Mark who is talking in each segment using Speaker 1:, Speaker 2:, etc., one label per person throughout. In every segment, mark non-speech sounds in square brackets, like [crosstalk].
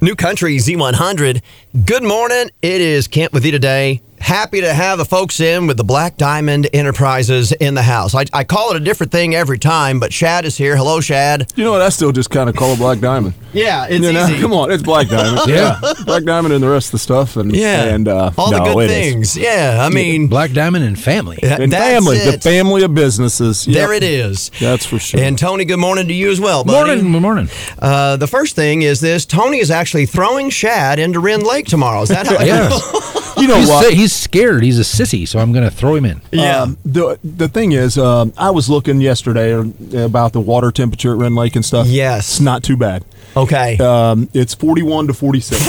Speaker 1: New Country Z100. Good morning. It is Kent with you today. Happy to have the folks in with the Black Diamond Enterprises in the house. I, I call it a different thing every time, but Shad is here. Hello, Shad.
Speaker 2: You know what? I still just kind of call it Black Diamond.
Speaker 1: [laughs] Yeah, it's
Speaker 2: You know,
Speaker 1: easy.
Speaker 2: [laughs] Come on, it's Black
Speaker 3: [laughs]
Speaker 2: Diamond. yeah, Black Diamond and the rest of the stuff, and
Speaker 1: Yeah.
Speaker 2: and uh,
Speaker 1: All the
Speaker 2: no,
Speaker 1: good
Speaker 2: it is.
Speaker 1: things. Yeah, I mean,
Speaker 3: Black Diamond and family.
Speaker 1: that-
Speaker 2: and
Speaker 1: that's
Speaker 2: family, the
Speaker 1: it.
Speaker 2: family of businesses.
Speaker 1: There
Speaker 2: Yep.
Speaker 1: it is.
Speaker 2: That's for sure.
Speaker 1: And Tony, good morning to you as well, buddy.
Speaker 3: Morning, good morning.
Speaker 1: Uh, the first thing is this: Tony is actually throwing Shad into Wren Lake tomorrow. Is that how?
Speaker 2: [laughs]
Speaker 3: Yeah.
Speaker 2: you know
Speaker 3: he's,
Speaker 2: what?
Speaker 3: sa- he's scared. He's a sissy, so I'm going to throw
Speaker 2: [laughs]
Speaker 3: him in.
Speaker 1: Yeah.
Speaker 2: Um, the the thing is, um, I was looking yesterday uh, about the water temperature at Ren Lake and stuff.
Speaker 1: Yes.
Speaker 2: it's not too bad.
Speaker 1: [laughs] okay.
Speaker 2: Um, it's forty-one
Speaker 1: [laughs]
Speaker 2: to forty-six.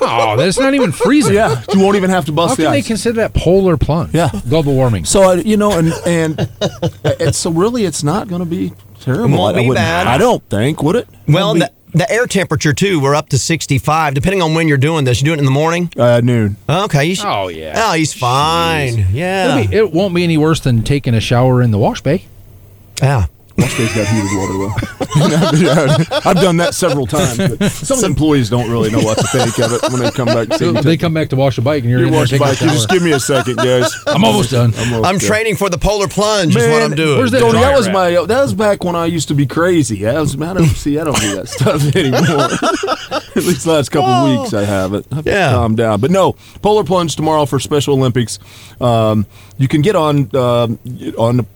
Speaker 3: Oh, that's not even freezing.
Speaker 2: yeah, you won't even have to bust
Speaker 3: How
Speaker 2: the
Speaker 3: can they
Speaker 2: ice.
Speaker 3: consider that polar plunge?
Speaker 2: Yeah.
Speaker 3: Global warming.
Speaker 2: So I- you know, and and [laughs] it's, so really, it's not going to be terrible.
Speaker 1: won't
Speaker 2: I- I
Speaker 1: be
Speaker 2: wouldn't-
Speaker 1: bad.
Speaker 2: I don't think would it.
Speaker 1: well,
Speaker 2: Won't be-
Speaker 1: the, the air temperature too. We're up to 65, depending on when you're doing this. You do it in the morning.
Speaker 2: uh, noon.
Speaker 1: Okay. You should,
Speaker 3: Oh, yeah.
Speaker 1: Oh, he's fine. Yeah.
Speaker 3: It'll be- it won't be any worse than taking a shower in the wash bay.
Speaker 1: yeah.
Speaker 2: Washbay's got heated water though.
Speaker 3: [laughs]
Speaker 2: [laughs] I've done that several times. But some employees don't really know what to think of it when they come back. To
Speaker 3: They come back to wash the bike, and you're,
Speaker 2: you
Speaker 3: in there
Speaker 2: wash
Speaker 3: taking a
Speaker 2: bike. You
Speaker 3: shower.
Speaker 2: just give me a second, guys.
Speaker 3: [laughs] I'm almost done.
Speaker 2: almost
Speaker 1: I'm
Speaker 2: done.
Speaker 1: training for the polar plunge. is what I'm
Speaker 2: Man,
Speaker 1: doing.
Speaker 3: where's that
Speaker 2: Tony, that
Speaker 3: dryer
Speaker 2: was
Speaker 3: at?
Speaker 2: my. That was back when I used to be crazy. I was. I don't see. I don't do that stuff [laughs] anymore. [laughs] At least last couple of weeks, I haven't. I've
Speaker 1: Yeah.
Speaker 2: calmed down. But no, polar plunge tomorrow for Special Olympics. Um, you can get on um on the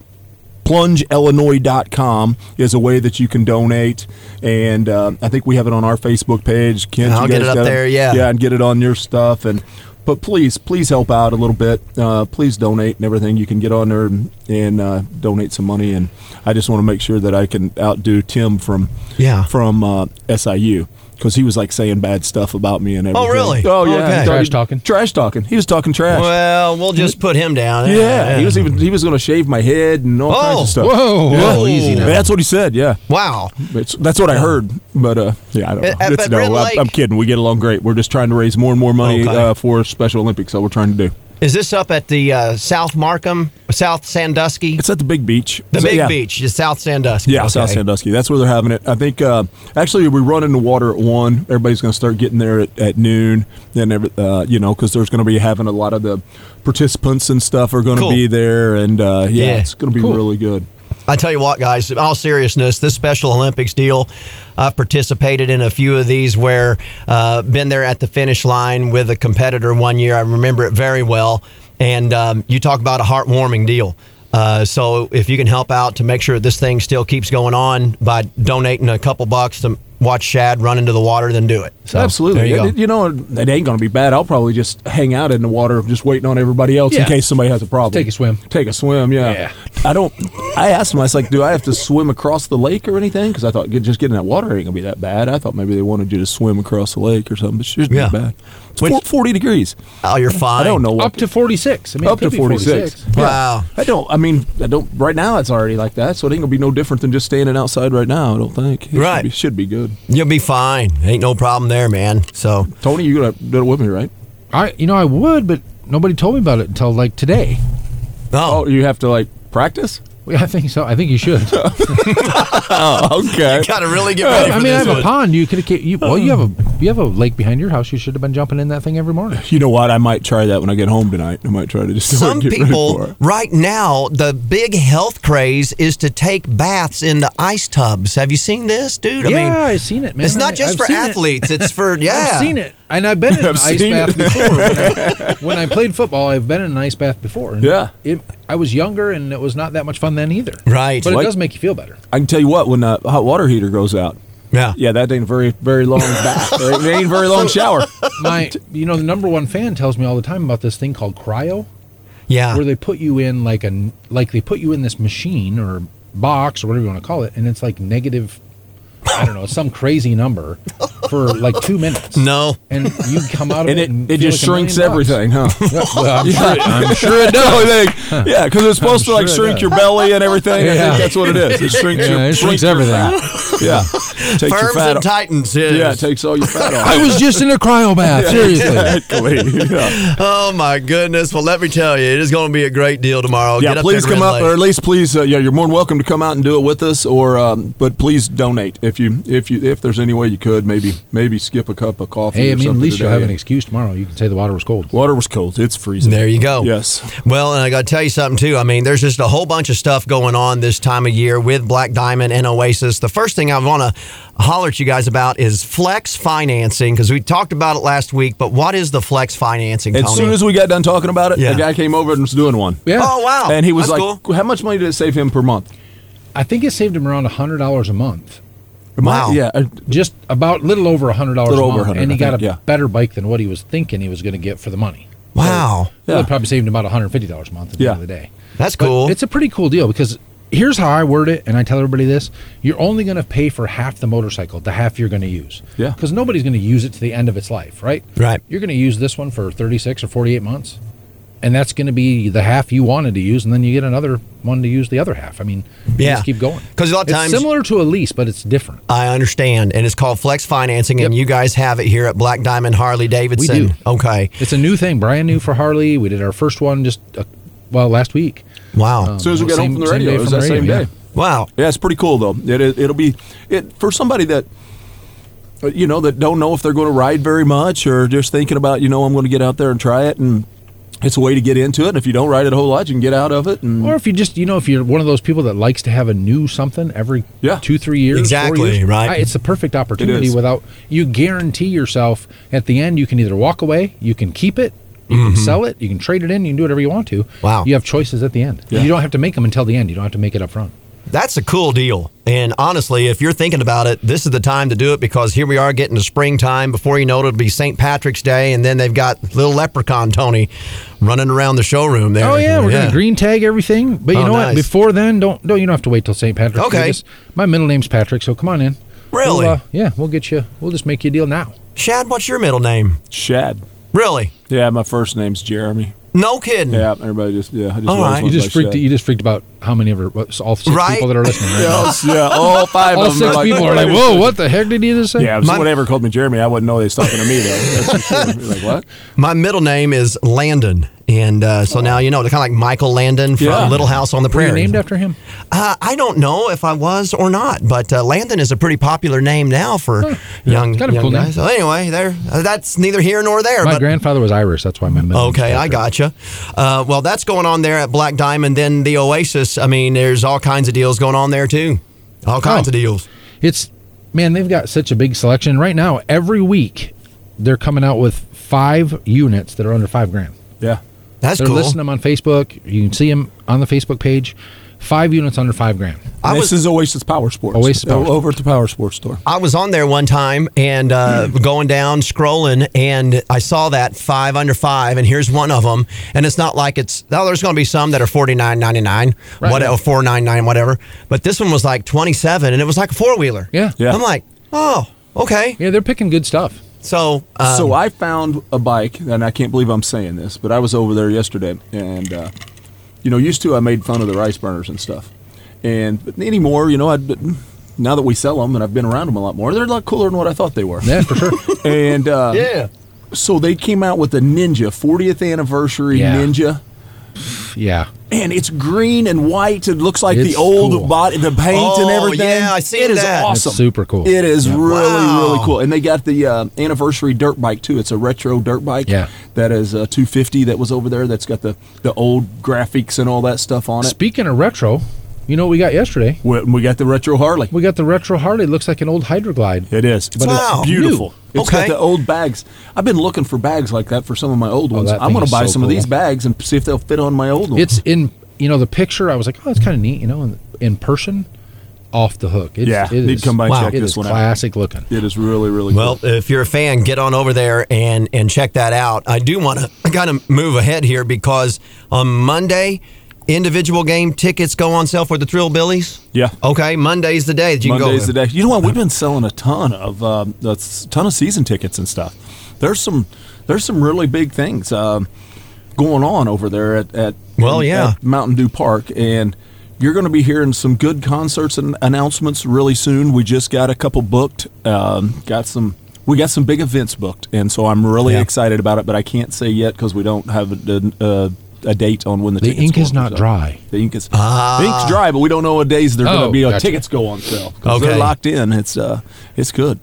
Speaker 2: plungeillinois.com is a way that you can donate and um i think we have it on our facebook page Kent,
Speaker 1: I'll
Speaker 2: you
Speaker 1: get
Speaker 2: guys
Speaker 1: it up
Speaker 2: got
Speaker 1: there, yeah.
Speaker 2: yeah and get it on your stuff and but please please help out a little bit uh, please donate and everything you can get on there and, and uh, donate some money and i just want to make sure that i can outdo tim from
Speaker 1: Yeah.
Speaker 2: from uh, siu because he was like saying bad stuff about me and everything
Speaker 1: really?
Speaker 2: oh yeah
Speaker 1: Okay.
Speaker 2: he thought
Speaker 3: Trash
Speaker 2: he-
Speaker 3: talking.
Speaker 2: trash talking he was talking trash
Speaker 1: Well, we'll just put him down.
Speaker 2: yeah, he was even he was going to shave my head and all kinds
Speaker 1: Oh,
Speaker 2: of stuff.
Speaker 3: Whoa,
Speaker 2: Yeah.
Speaker 3: whoa, easy now.
Speaker 2: Yeah, that's what he said. Yeah,
Speaker 1: Wow.
Speaker 2: it's, that's what I heard. But uh, yeah, I don't know.
Speaker 1: At- at
Speaker 2: It's-
Speaker 1: Red
Speaker 2: no, I'm,
Speaker 1: Lake-
Speaker 2: I'm kidding. We get along great. We're just trying to raise more and more money
Speaker 1: Okay.
Speaker 2: uh, for Special Olympics. That we're trying to do.
Speaker 1: Is this up at the uh, South Markham, South Sandusky?
Speaker 2: It's at the big beach.
Speaker 1: The
Speaker 2: So,
Speaker 1: big
Speaker 2: yeah.
Speaker 1: beach is South Sandusky.
Speaker 2: Yeah, South
Speaker 1: Okay.
Speaker 2: Sandusky. That's where they're having it. I think uh, actually we run into water at one. Everybody's going to start getting there at, at noon. Then every, uh, you know because there's going to be having a lot of the participants and stuff are going to
Speaker 1: Cool.
Speaker 2: be there, and uh, yeah,
Speaker 1: Yeah.
Speaker 2: it's going to be really good.
Speaker 1: I tell you what, guys, in all seriousness, this Special Olympics deal, I've participated in a few of these where uh, been there at the finish line with a competitor one year. I remember it very well. And um, you talk about a heartwarming deal. Uh, so if you can help out to make sure this thing still keeps going on by donating a couple bucks to watch Shad run into the water, then do it. So,
Speaker 2: Absolutely.
Speaker 1: there you go.
Speaker 2: It- you know, it ain't going to be bad. I'll probably just hang out in the water, just waiting on everybody else
Speaker 3: Yeah.
Speaker 2: in case somebody has a problem.
Speaker 3: Take a swim.
Speaker 2: Take a swim. Yeah.
Speaker 3: Yeah.
Speaker 2: I don't. I asked him. I was like, "Do I have to swim across the lake or anything?" Because I thought get- just getting that water ain't gonna be that bad. I thought maybe they wanted you to swim across the lake or something. But it's
Speaker 1: Yeah.
Speaker 2: yeah. bad. It's
Speaker 1: Which-
Speaker 2: four- forty degrees.
Speaker 1: Oh, you're fine.
Speaker 2: I don't know. What,
Speaker 3: Up to 46. I mean, it
Speaker 2: up to
Speaker 3: could be
Speaker 2: forty six.
Speaker 1: Wow.
Speaker 2: I don't. I mean, I don't. Right now, it's already like that, so it ain't gonna be no different than just standing outside right now. I don't think. It should
Speaker 1: Right.
Speaker 2: be- should be good.
Speaker 1: You'll be fine. Ain't no problem there, man. So
Speaker 2: Tony, you gonna do it with me, right?
Speaker 3: I, you know, I would, but nobody told me about it until like today.
Speaker 1: oh,
Speaker 2: Oh, you have to like practice.
Speaker 3: Well, I think so. I think
Speaker 2: [laughs]
Speaker 3: you should.
Speaker 2: Okay.
Speaker 1: [laughs] gotta really get ready.
Speaker 3: Uh,
Speaker 1: for
Speaker 3: I mean, I
Speaker 1: this
Speaker 3: have a
Speaker 1: one.
Speaker 3: pond. You could, you, well, you have a, you have a lake behind your house. You should have been jumping in that thing every morning.
Speaker 2: You know what? I might try that when I get home tonight. I might try to just [laughs]
Speaker 1: some
Speaker 2: get ready for
Speaker 1: people
Speaker 2: it.
Speaker 1: right now the big health craze is to take baths in the ice tubs have you seen this dude i
Speaker 3: yeah,
Speaker 1: mean
Speaker 3: I've seen it, man.
Speaker 1: it's not
Speaker 3: I-
Speaker 1: just
Speaker 3: I've
Speaker 1: for
Speaker 3: seen it.
Speaker 1: athletes it's
Speaker 3: [laughs]
Speaker 1: for yeah
Speaker 3: I've seen it, and I've been in
Speaker 2: [laughs]
Speaker 3: an
Speaker 2: I've
Speaker 3: ice
Speaker 2: seen
Speaker 3: bath
Speaker 2: it.
Speaker 3: before.
Speaker 2: [laughs]
Speaker 3: When I, when I played football, I've been in an ice bath before. and
Speaker 2: Yeah.
Speaker 3: it, I was younger, and it was not that much fun then either.
Speaker 1: Right.
Speaker 3: but
Speaker 2: Like-
Speaker 3: it does make you feel better.
Speaker 2: I can tell you what. When the hot water heater goes out,
Speaker 1: yeah
Speaker 2: yeah, that ain't a very very
Speaker 1: [laughs]
Speaker 2: long bath. It ain't a very long shower.
Speaker 3: My, you know, the number one fan tells me all the time about this thing called cryo.
Speaker 1: yeah
Speaker 3: where they put you in like a like they put you in this machine or box or whatever you want to call it, and it's like negative, I don't know, some
Speaker 1: [laughs]
Speaker 3: crazy number for like two minutes.
Speaker 1: no
Speaker 3: and you come out of
Speaker 2: And
Speaker 3: it,
Speaker 2: it,
Speaker 3: and
Speaker 2: it
Speaker 3: feel
Speaker 2: just
Speaker 3: like a million
Speaker 2: shrinks
Speaker 3: bucks.
Speaker 2: everything, huh?
Speaker 3: [laughs]
Speaker 2: [laughs]
Speaker 3: Yeah, well, I'm sure it- [laughs] I'm sure
Speaker 2: it does. Yeah, because it's supposed to like
Speaker 3: sure it
Speaker 2: shrink
Speaker 3: does.
Speaker 2: your belly and everything. I
Speaker 3: Yeah.
Speaker 2: think that's what it is. It shrinks your
Speaker 3: Yeah, it shrinks
Speaker 2: your
Speaker 3: everything.
Speaker 2: fat.
Speaker 1: [laughs]
Speaker 2: Yeah, takes your
Speaker 1: firms
Speaker 2: fat
Speaker 1: and
Speaker 2: off.
Speaker 1: titans yes.
Speaker 2: Yeah, it takes all your
Speaker 3: [laughs]
Speaker 2: fat off.
Speaker 3: I was just in a cryo bath. Seriously.
Speaker 2: exactly. [laughs] Yeah.
Speaker 1: oh my goodness well let me tell you it is going to be a great deal tomorrow
Speaker 2: Yeah,
Speaker 1: Get
Speaker 2: please
Speaker 1: there,
Speaker 2: come
Speaker 1: Red
Speaker 2: up,
Speaker 1: Lake.
Speaker 2: or at least please, uh, yeah, you're more than welcome to come out and do it with us. Or, um, but please donate if if you if you if there's any way you could maybe maybe skip a cup of coffee.
Speaker 3: Hey, I
Speaker 2: or
Speaker 3: mean, at
Speaker 2: something
Speaker 3: least you'll
Speaker 2: today.
Speaker 3: have an excuse tomorrow. You can say the water was cold.
Speaker 2: Water was cold. It's freezing.
Speaker 1: There you go.
Speaker 2: Yes.
Speaker 1: Well, and I got to tell you something too. I mean, there's just a whole bunch of stuff going on this time of year with Black Diamond and Oasis. The first thing I want to holler at you guys about is flex financing because we talked about it last week. But what is the flex financing?
Speaker 2: As
Speaker 1: Tony?
Speaker 2: soon as we got done talking about it,
Speaker 1: Yeah.
Speaker 2: the guy came over and was doing one.
Speaker 3: Yeah.
Speaker 1: oh wow,
Speaker 2: And he was
Speaker 1: That's
Speaker 2: like,
Speaker 1: cool.
Speaker 2: "How much money did it save him per month?"
Speaker 3: I think it saved him around hundred dollars a month.
Speaker 1: Wow.
Speaker 2: Yeah. uh,
Speaker 3: Just about little over hundred dollars a
Speaker 2: Little over
Speaker 3: month,
Speaker 2: 100,
Speaker 3: and he
Speaker 2: I
Speaker 3: got
Speaker 2: think,
Speaker 3: a
Speaker 2: yeah.
Speaker 3: better bike than what he was thinking he was going to get for the money.
Speaker 1: wow,
Speaker 3: Well,
Speaker 2: Yeah.
Speaker 3: It probably saved him about one hundred fifty dollars a month at the end of the
Speaker 2: Yeah.
Speaker 3: day.
Speaker 1: that's
Speaker 3: But
Speaker 1: cool.
Speaker 3: It's a pretty cool deal because here's how I word it, and I tell everybody this: you're only going to pay for half the motorcycle, the half you're going to use.
Speaker 2: Yeah.
Speaker 3: Because nobody's going to use it to the end of its life, right?
Speaker 1: Right.
Speaker 3: You're going to use this one for 36 or 48 months, and that's going to be the half you wanted to use, and then you get another one to use the other half. I mean, you
Speaker 1: Yeah.
Speaker 3: just keep going.
Speaker 1: 'Cause a lot of
Speaker 3: It's
Speaker 1: times-
Speaker 3: similar to a lease, but it's different.
Speaker 1: I understand, and it's called flex financing, and
Speaker 3: Yep.
Speaker 1: you guys have it here at Black Diamond Harley Davidson.
Speaker 3: do.
Speaker 1: Okay,
Speaker 3: It's a new thing, brand new for Harley. We did our first one just uh, well last week.
Speaker 1: wow,
Speaker 2: As soon as we got
Speaker 3: Same-
Speaker 2: home from the
Speaker 3: same
Speaker 2: radio,
Speaker 3: day
Speaker 2: it was
Speaker 3: from
Speaker 2: that
Speaker 3: the
Speaker 2: same
Speaker 3: radio,
Speaker 2: day.
Speaker 3: yeah.
Speaker 1: wow,
Speaker 2: Yeah, it's pretty cool though. It is, it'll be it for somebody that uh, you know that don't know if they're going to ride very much or just thinking about you know I'm going to get out there and try it and it's a way to get into it. And if you don't ride it a whole lot, you can get out of it. And
Speaker 3: Or if you just, you know, if you're one of those people that likes to have a new something every
Speaker 2: Yeah.
Speaker 3: two, three years, four
Speaker 1: Exactly,
Speaker 3: years,
Speaker 1: right.
Speaker 3: I- It's the perfect opportunity
Speaker 2: is.
Speaker 3: without you guarantee yourself at the end you can either walk away, you can keep it, you can sell it, you can trade it in, you can do whatever you want to.
Speaker 1: Mm-hmm. Wow.
Speaker 3: You have choices at the end.
Speaker 2: Yeah.
Speaker 3: You don't have to make them until the end. You don't have to make it up front.
Speaker 1: That's a cool deal. And honestly, if you're thinking about it, this is the time to do it because here we are getting to springtime. Before you know it, it'll be St. Patrick's Day, and then they've got little leprechaun Tony running around the showroom there.
Speaker 3: Oh yeah, we're gonna green tag everything. But you
Speaker 1: Oh,
Speaker 3: know
Speaker 1: nice.
Speaker 3: what? Before then, don't don't you don't have to wait till St. Patrick's. Day.
Speaker 1: Okay.
Speaker 3: Just- my middle name's Patrick, so come on in.
Speaker 1: Really?
Speaker 3: We'll, uh, yeah, we'll get you. We'll just make you a deal now.
Speaker 1: Shad, what's your middle name?
Speaker 2: Shad.
Speaker 1: Really?
Speaker 2: Yeah, my first name's Jeremy.
Speaker 1: No kidding.
Speaker 2: Yeah, everybody just yeah. I just
Speaker 1: All
Speaker 2: always
Speaker 1: right.
Speaker 2: went
Speaker 3: You just
Speaker 2: by
Speaker 3: freaked.
Speaker 2: Shad.
Speaker 3: You just freaked about how many of our, what's all six
Speaker 1: Right?
Speaker 3: people that are listening.
Speaker 1: [laughs]
Speaker 3: Right? now.
Speaker 2: Yes, yeah,
Speaker 3: [laughs]
Speaker 2: all five [laughs]
Speaker 3: All
Speaker 2: of them
Speaker 3: six
Speaker 2: are like,
Speaker 3: people are like, "Whoa, what the heck did he just say?"
Speaker 2: Yeah, if
Speaker 1: My-
Speaker 2: someone ever called me Jeremy, I wouldn't know they was talking to me though. That's for sure. You're like what?
Speaker 1: My middle name is Landon. And uh, so now you know, kind of like Michael Landon from
Speaker 2: Yeah.
Speaker 1: Little House on the
Speaker 3: Were you
Speaker 1: Prairie.
Speaker 3: named after him?
Speaker 1: Uh, I don't know if I was or not, but uh, Landon is a pretty popular name now for young,
Speaker 3: kind of
Speaker 1: young
Speaker 3: cool name.
Speaker 1: guys. So anyway, there. uh, that's neither here nor there.
Speaker 3: My
Speaker 1: but
Speaker 3: grandfather was Irish. That's why my middle. name's
Speaker 1: Okay, I
Speaker 3: Patrick.
Speaker 1: gotcha. Uh, well, that's going on there at Black Diamond. Then the Oasis. I mean, there's all kinds of deals going on there too. All kinds
Speaker 3: Oh.
Speaker 1: of deals.
Speaker 3: It's man, they've got such a big selection right now. Every week, they're coming out with five units that are under five grand.
Speaker 2: Yeah,
Speaker 1: That's
Speaker 3: they're
Speaker 1: cool.
Speaker 3: listing them on Facebook. You can see them on the Facebook page. Five units under five grand.
Speaker 1: I
Speaker 2: this
Speaker 1: was-
Speaker 2: is Oasis Power Sports.
Speaker 3: Oasis Power
Speaker 2: Oh,
Speaker 3: Sports.
Speaker 2: over at the Power Sports store.
Speaker 1: I was on there one time and uh,
Speaker 3: Hmm.
Speaker 1: going down scrolling, and I saw that five under five, and here's one of them. And it's not like it's oh, there's going to be some that are forty nine ninety nine,
Speaker 3: Right.
Speaker 1: whatever oh, four nine nine whatever. But this one was like twenty seven, and it was like a four wheeler.
Speaker 3: Yeah.
Speaker 2: Yeah.
Speaker 1: I'm like, oh, okay.
Speaker 3: Yeah, they're picking good stuff.
Speaker 1: So, uh,
Speaker 2: so I found a bike, and I can't believe I'm saying this, but I was over there yesterday, and uh, you know, used to I made fun of the rice burners and stuff, and but anymore, you know, I now that we sell them and I've been around them a lot more, they're a lot cooler than what I thought they were.
Speaker 3: Yeah,
Speaker 1: [laughs]
Speaker 3: for sure.
Speaker 2: and uh, so they came out with the Ninja 40th anniversary
Speaker 3: Yeah.
Speaker 2: Ninja.
Speaker 3: yeah.
Speaker 2: And it's green and white. It looks like
Speaker 3: It's
Speaker 2: the old
Speaker 3: cool.
Speaker 2: body, the paint
Speaker 1: Oh,
Speaker 2: and everything.
Speaker 1: yeah, I seen
Speaker 2: It is
Speaker 1: that.
Speaker 2: awesome.
Speaker 3: It's super cool.
Speaker 2: It is really,
Speaker 1: Wow.
Speaker 2: really cool. And they got the uh, anniversary dirt bike too. It's a retro dirt bike.
Speaker 3: Yeah.
Speaker 2: that is a 250 that was over there. That's got the the old graphics and all that stuff on it.
Speaker 3: Speaking of retro, you know what we got yesterday?
Speaker 2: we, we got the retro Harley.
Speaker 3: We got the retro Harley. It looks like an old Hydroglide.
Speaker 2: It is, but
Speaker 1: Wow.
Speaker 2: it's beautiful.
Speaker 1: New.
Speaker 2: It's
Speaker 1: Okay.
Speaker 2: got the old bags. I've been looking for bags like that for some of my old ones.
Speaker 3: Oh, that
Speaker 2: I'm
Speaker 3: thing
Speaker 2: going to
Speaker 3: is
Speaker 2: buy
Speaker 3: so
Speaker 2: some of these
Speaker 3: cool.
Speaker 2: bags and see if they'll fit on my old one.
Speaker 3: It's in you know the picture. I was like, oh, it's kind of neat. You know, in, in person, off the hook. It's,
Speaker 2: Yeah,
Speaker 3: it
Speaker 2: need
Speaker 3: is-
Speaker 2: to come by and
Speaker 1: wow.
Speaker 2: check
Speaker 3: it
Speaker 2: this
Speaker 3: is
Speaker 2: one out.
Speaker 3: classic looking.
Speaker 2: It is really, really
Speaker 1: Well, if you're a fan, get on over there and and check that out. I do want [coughs] to kind of move ahead here because on Monday, individual game tickets go on sale for the Thrill Billies.
Speaker 2: Yeah.
Speaker 1: Okay, Monday's the day that you
Speaker 2: Monday's
Speaker 1: can go.
Speaker 2: the day. You know what? We've been selling a ton of um, a s- ton of season tickets and stuff. There's some there's some really big things um, going on over there at, at
Speaker 1: Well,
Speaker 2: at
Speaker 1: yeah.
Speaker 2: Mountain Dew Park, and you're going to be hearing some good concerts and announcements really soon. We just got a couple booked. Um, got some. We got some big events booked, and so I'm really
Speaker 1: Yeah.
Speaker 2: excited about it. But I can't say yet because we don't have a, a, a date on when the
Speaker 3: The
Speaker 2: tickets
Speaker 3: ink
Speaker 2: go
Speaker 3: is
Speaker 2: on
Speaker 3: not
Speaker 2: sale.
Speaker 3: dry.
Speaker 2: The ink is
Speaker 1: Ah.
Speaker 2: the ink's dry, but we don't know what days they're going
Speaker 3: Oh,
Speaker 2: to be. uh,
Speaker 3: gotcha.
Speaker 2: Tickets go on sale. 'Cause
Speaker 1: Okay.
Speaker 2: they're locked in. It's uh, it's good.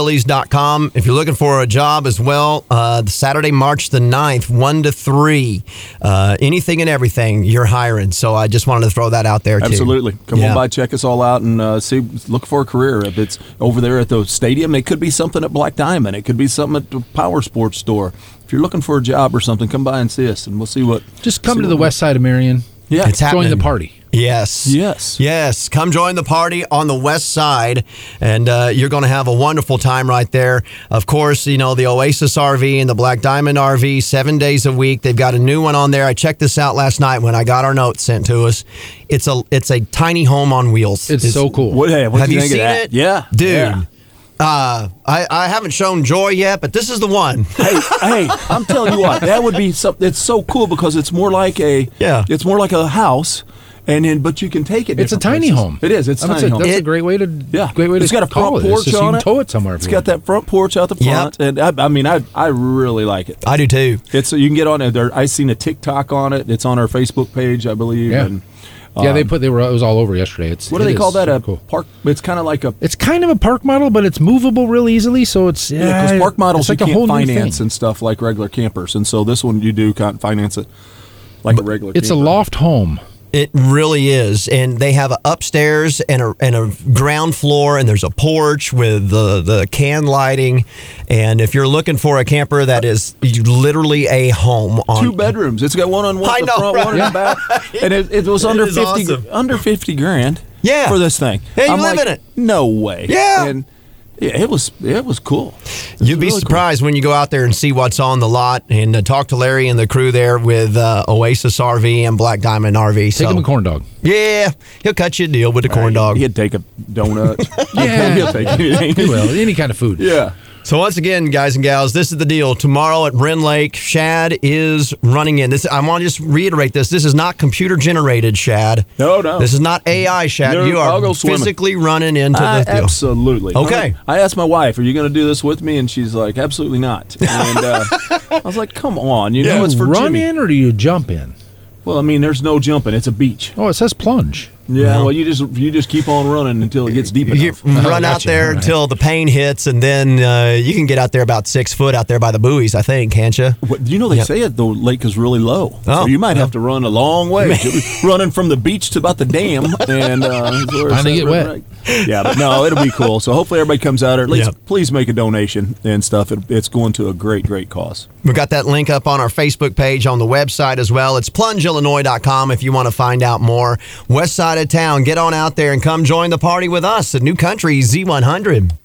Speaker 1: thrillbillies.com. If you're looking for a job as well, uh, Saturday, March the 9th, 1 to 3, uh, anything and everything you're hiring. So I just wanted to throw that out there, too.
Speaker 2: Absolutely. Come
Speaker 1: Yeah.
Speaker 2: on by, check us all out, and uh, see. Look for a career. If it's over there at the stadium, it could be something at Black Diamond. It could be something at the Power Sports Store. If you're looking for a job or something, come by and see us, and we'll see what.
Speaker 3: Just come
Speaker 2: see
Speaker 3: to
Speaker 2: what
Speaker 3: the
Speaker 2: we-
Speaker 3: west side of Marion.
Speaker 2: Yeah,
Speaker 1: It's happening.
Speaker 3: Join the party.
Speaker 1: Yes.
Speaker 2: Yes.
Speaker 1: Yes. Come join the party on the west side, and uh, you're going to have a wonderful time right there. Of course, you know, the Oasis RV and the Black Diamond RV, seven days a week. They've got a new one on there. I checked this out last night when I got our note sent to us. It's a it's a tiny home on wheels.
Speaker 3: It's, so cool.
Speaker 2: What, hey, what
Speaker 1: have
Speaker 2: do
Speaker 1: you,
Speaker 2: think
Speaker 1: seen
Speaker 2: of that?
Speaker 1: it?
Speaker 2: Yeah,
Speaker 1: Dude.
Speaker 2: Yeah.
Speaker 1: Uh, I, I haven't shown joy yet, but this is the one. [laughs]
Speaker 2: hey, hey, I'm telling you what, that would be something. It's so cool because it's more like a
Speaker 1: Yeah.
Speaker 2: It's more like a house, and then but you can take it.
Speaker 3: It's a
Speaker 2: different
Speaker 3: tiny
Speaker 2: places.
Speaker 3: home.
Speaker 2: It is. It's
Speaker 3: I
Speaker 2: a
Speaker 3: mean,
Speaker 2: tiny home.
Speaker 3: That's a
Speaker 1: It-
Speaker 3: great way to.
Speaker 2: yeah,
Speaker 3: Great way
Speaker 2: it's
Speaker 3: to
Speaker 2: got a
Speaker 3: call
Speaker 2: front
Speaker 3: it. It's
Speaker 2: porch
Speaker 3: just you
Speaker 2: on
Speaker 3: can
Speaker 2: it.
Speaker 3: tow it somewhere. if
Speaker 2: It's
Speaker 3: you
Speaker 2: got
Speaker 3: want.
Speaker 2: that front porch out the
Speaker 1: Yep.
Speaker 2: front, and I, I mean, I I really like it.
Speaker 1: I do too.
Speaker 2: It's you can get on it. There, I seen a TikTok on it. It's on our Facebook page, I believe.
Speaker 3: Yeah.
Speaker 2: And
Speaker 3: yeah, they put they were it was all over yesterday. It's
Speaker 2: um, what do
Speaker 3: it
Speaker 2: they
Speaker 3: is
Speaker 2: call that? uh,
Speaker 3: super
Speaker 2: A
Speaker 3: cool.
Speaker 2: park? It's kind of like a
Speaker 3: It's kind of a park model, but it's movable real easily. So it's yeah,
Speaker 2: Yeah, because park models
Speaker 3: it's like
Speaker 2: you can't
Speaker 3: a whole new
Speaker 2: finance
Speaker 3: thing.
Speaker 2: and stuff like regular campers, and so this one you do can't finance it like a regular.
Speaker 3: It's a
Speaker 2: camper.
Speaker 3: loft home.
Speaker 1: It really is, and they have a upstairs and a and a ground floor, and there's a porch with the the can lighting. And if you're looking for a camper that is literally a home on
Speaker 2: two bedrooms. It's got one on one,
Speaker 1: I
Speaker 2: at the
Speaker 1: know,
Speaker 2: front, one in the back, [laughs] and it, it was under
Speaker 1: is
Speaker 2: fifty
Speaker 1: awesome.
Speaker 2: under fifty grand.
Speaker 1: Yeah.
Speaker 2: for this thing.
Speaker 1: Yeah, you
Speaker 2: I'm
Speaker 1: live
Speaker 2: like,
Speaker 1: in it.
Speaker 2: No way.
Speaker 1: Yeah.
Speaker 2: and yeah, it was it was cool.
Speaker 1: You'd be
Speaker 2: really cool.
Speaker 1: surprised when you go out there and see what's on the lot, and uh, talk to Larry and the crew there with uh, Oasis RV and Black Diamond RV.
Speaker 3: Take
Speaker 1: so,
Speaker 3: him a corn dog.
Speaker 1: yeah, he'll cut you a deal with the corn dog.
Speaker 2: He'd take a
Speaker 1: [laughs]
Speaker 2: donut. [laughs]
Speaker 3: Yeah.
Speaker 2: he'll take anything. [laughs]
Speaker 3: Well, any kind of food.
Speaker 2: Yeah.
Speaker 1: So once again, guys and gals, this is the deal. Tomorrow at Wren Lake, Shad is running in. This I want to just reiterate this. This is not computer generated Shad.
Speaker 2: No, no.
Speaker 1: This is not AI Shad.
Speaker 2: No,
Speaker 1: you
Speaker 2: I'll
Speaker 1: are
Speaker 2: go swimming.
Speaker 1: physically running into
Speaker 2: I-
Speaker 1: this deal.
Speaker 2: absolutely.
Speaker 1: Okay.
Speaker 2: I asked my wife, "Are you going to do this with me?" And she's like, "Absolutely not." And uh, [laughs] I was like, "Come on, you
Speaker 3: Do
Speaker 2: know it's
Speaker 3: you
Speaker 2: for
Speaker 3: run
Speaker 2: Jimmy."
Speaker 3: in or do you jump in?
Speaker 2: Well, I mean, there's no jumping; it's a beach.
Speaker 3: Oh, it says plunge.
Speaker 2: Yeah. Well, you just you just keep on running until it gets deep
Speaker 1: Mm-hmm. You [laughs] Mm-hmm.
Speaker 2: enough.
Speaker 1: run
Speaker 3: Oh,
Speaker 1: out
Speaker 3: gotcha.
Speaker 1: there
Speaker 3: All right.
Speaker 1: until the pain hits, and then uh, you can get out there about six foot out there by the buoys, I think, can't you?
Speaker 2: [laughs] What, you know, they
Speaker 1: Yep.
Speaker 2: say it, the lake is really low.
Speaker 1: Oh.
Speaker 2: so you might have to run a
Speaker 1: [laughs]
Speaker 2: long way. running from the beach to about the dam. And uh, is where it's
Speaker 3: Time to
Speaker 2: at,
Speaker 3: get
Speaker 2: right,
Speaker 3: wet.
Speaker 2: right. Yeah, but no, it'll be cool. So hopefully everybody comes out, or at least
Speaker 1: Yep.
Speaker 2: please make a donation and stuff. It, it's going to a great, great cause.
Speaker 1: We've got that link up on our Facebook page on the website as well. It's plungeillinois.com if you want to find out more. West side of town, get on out there and come join the party with us at New Country Z100.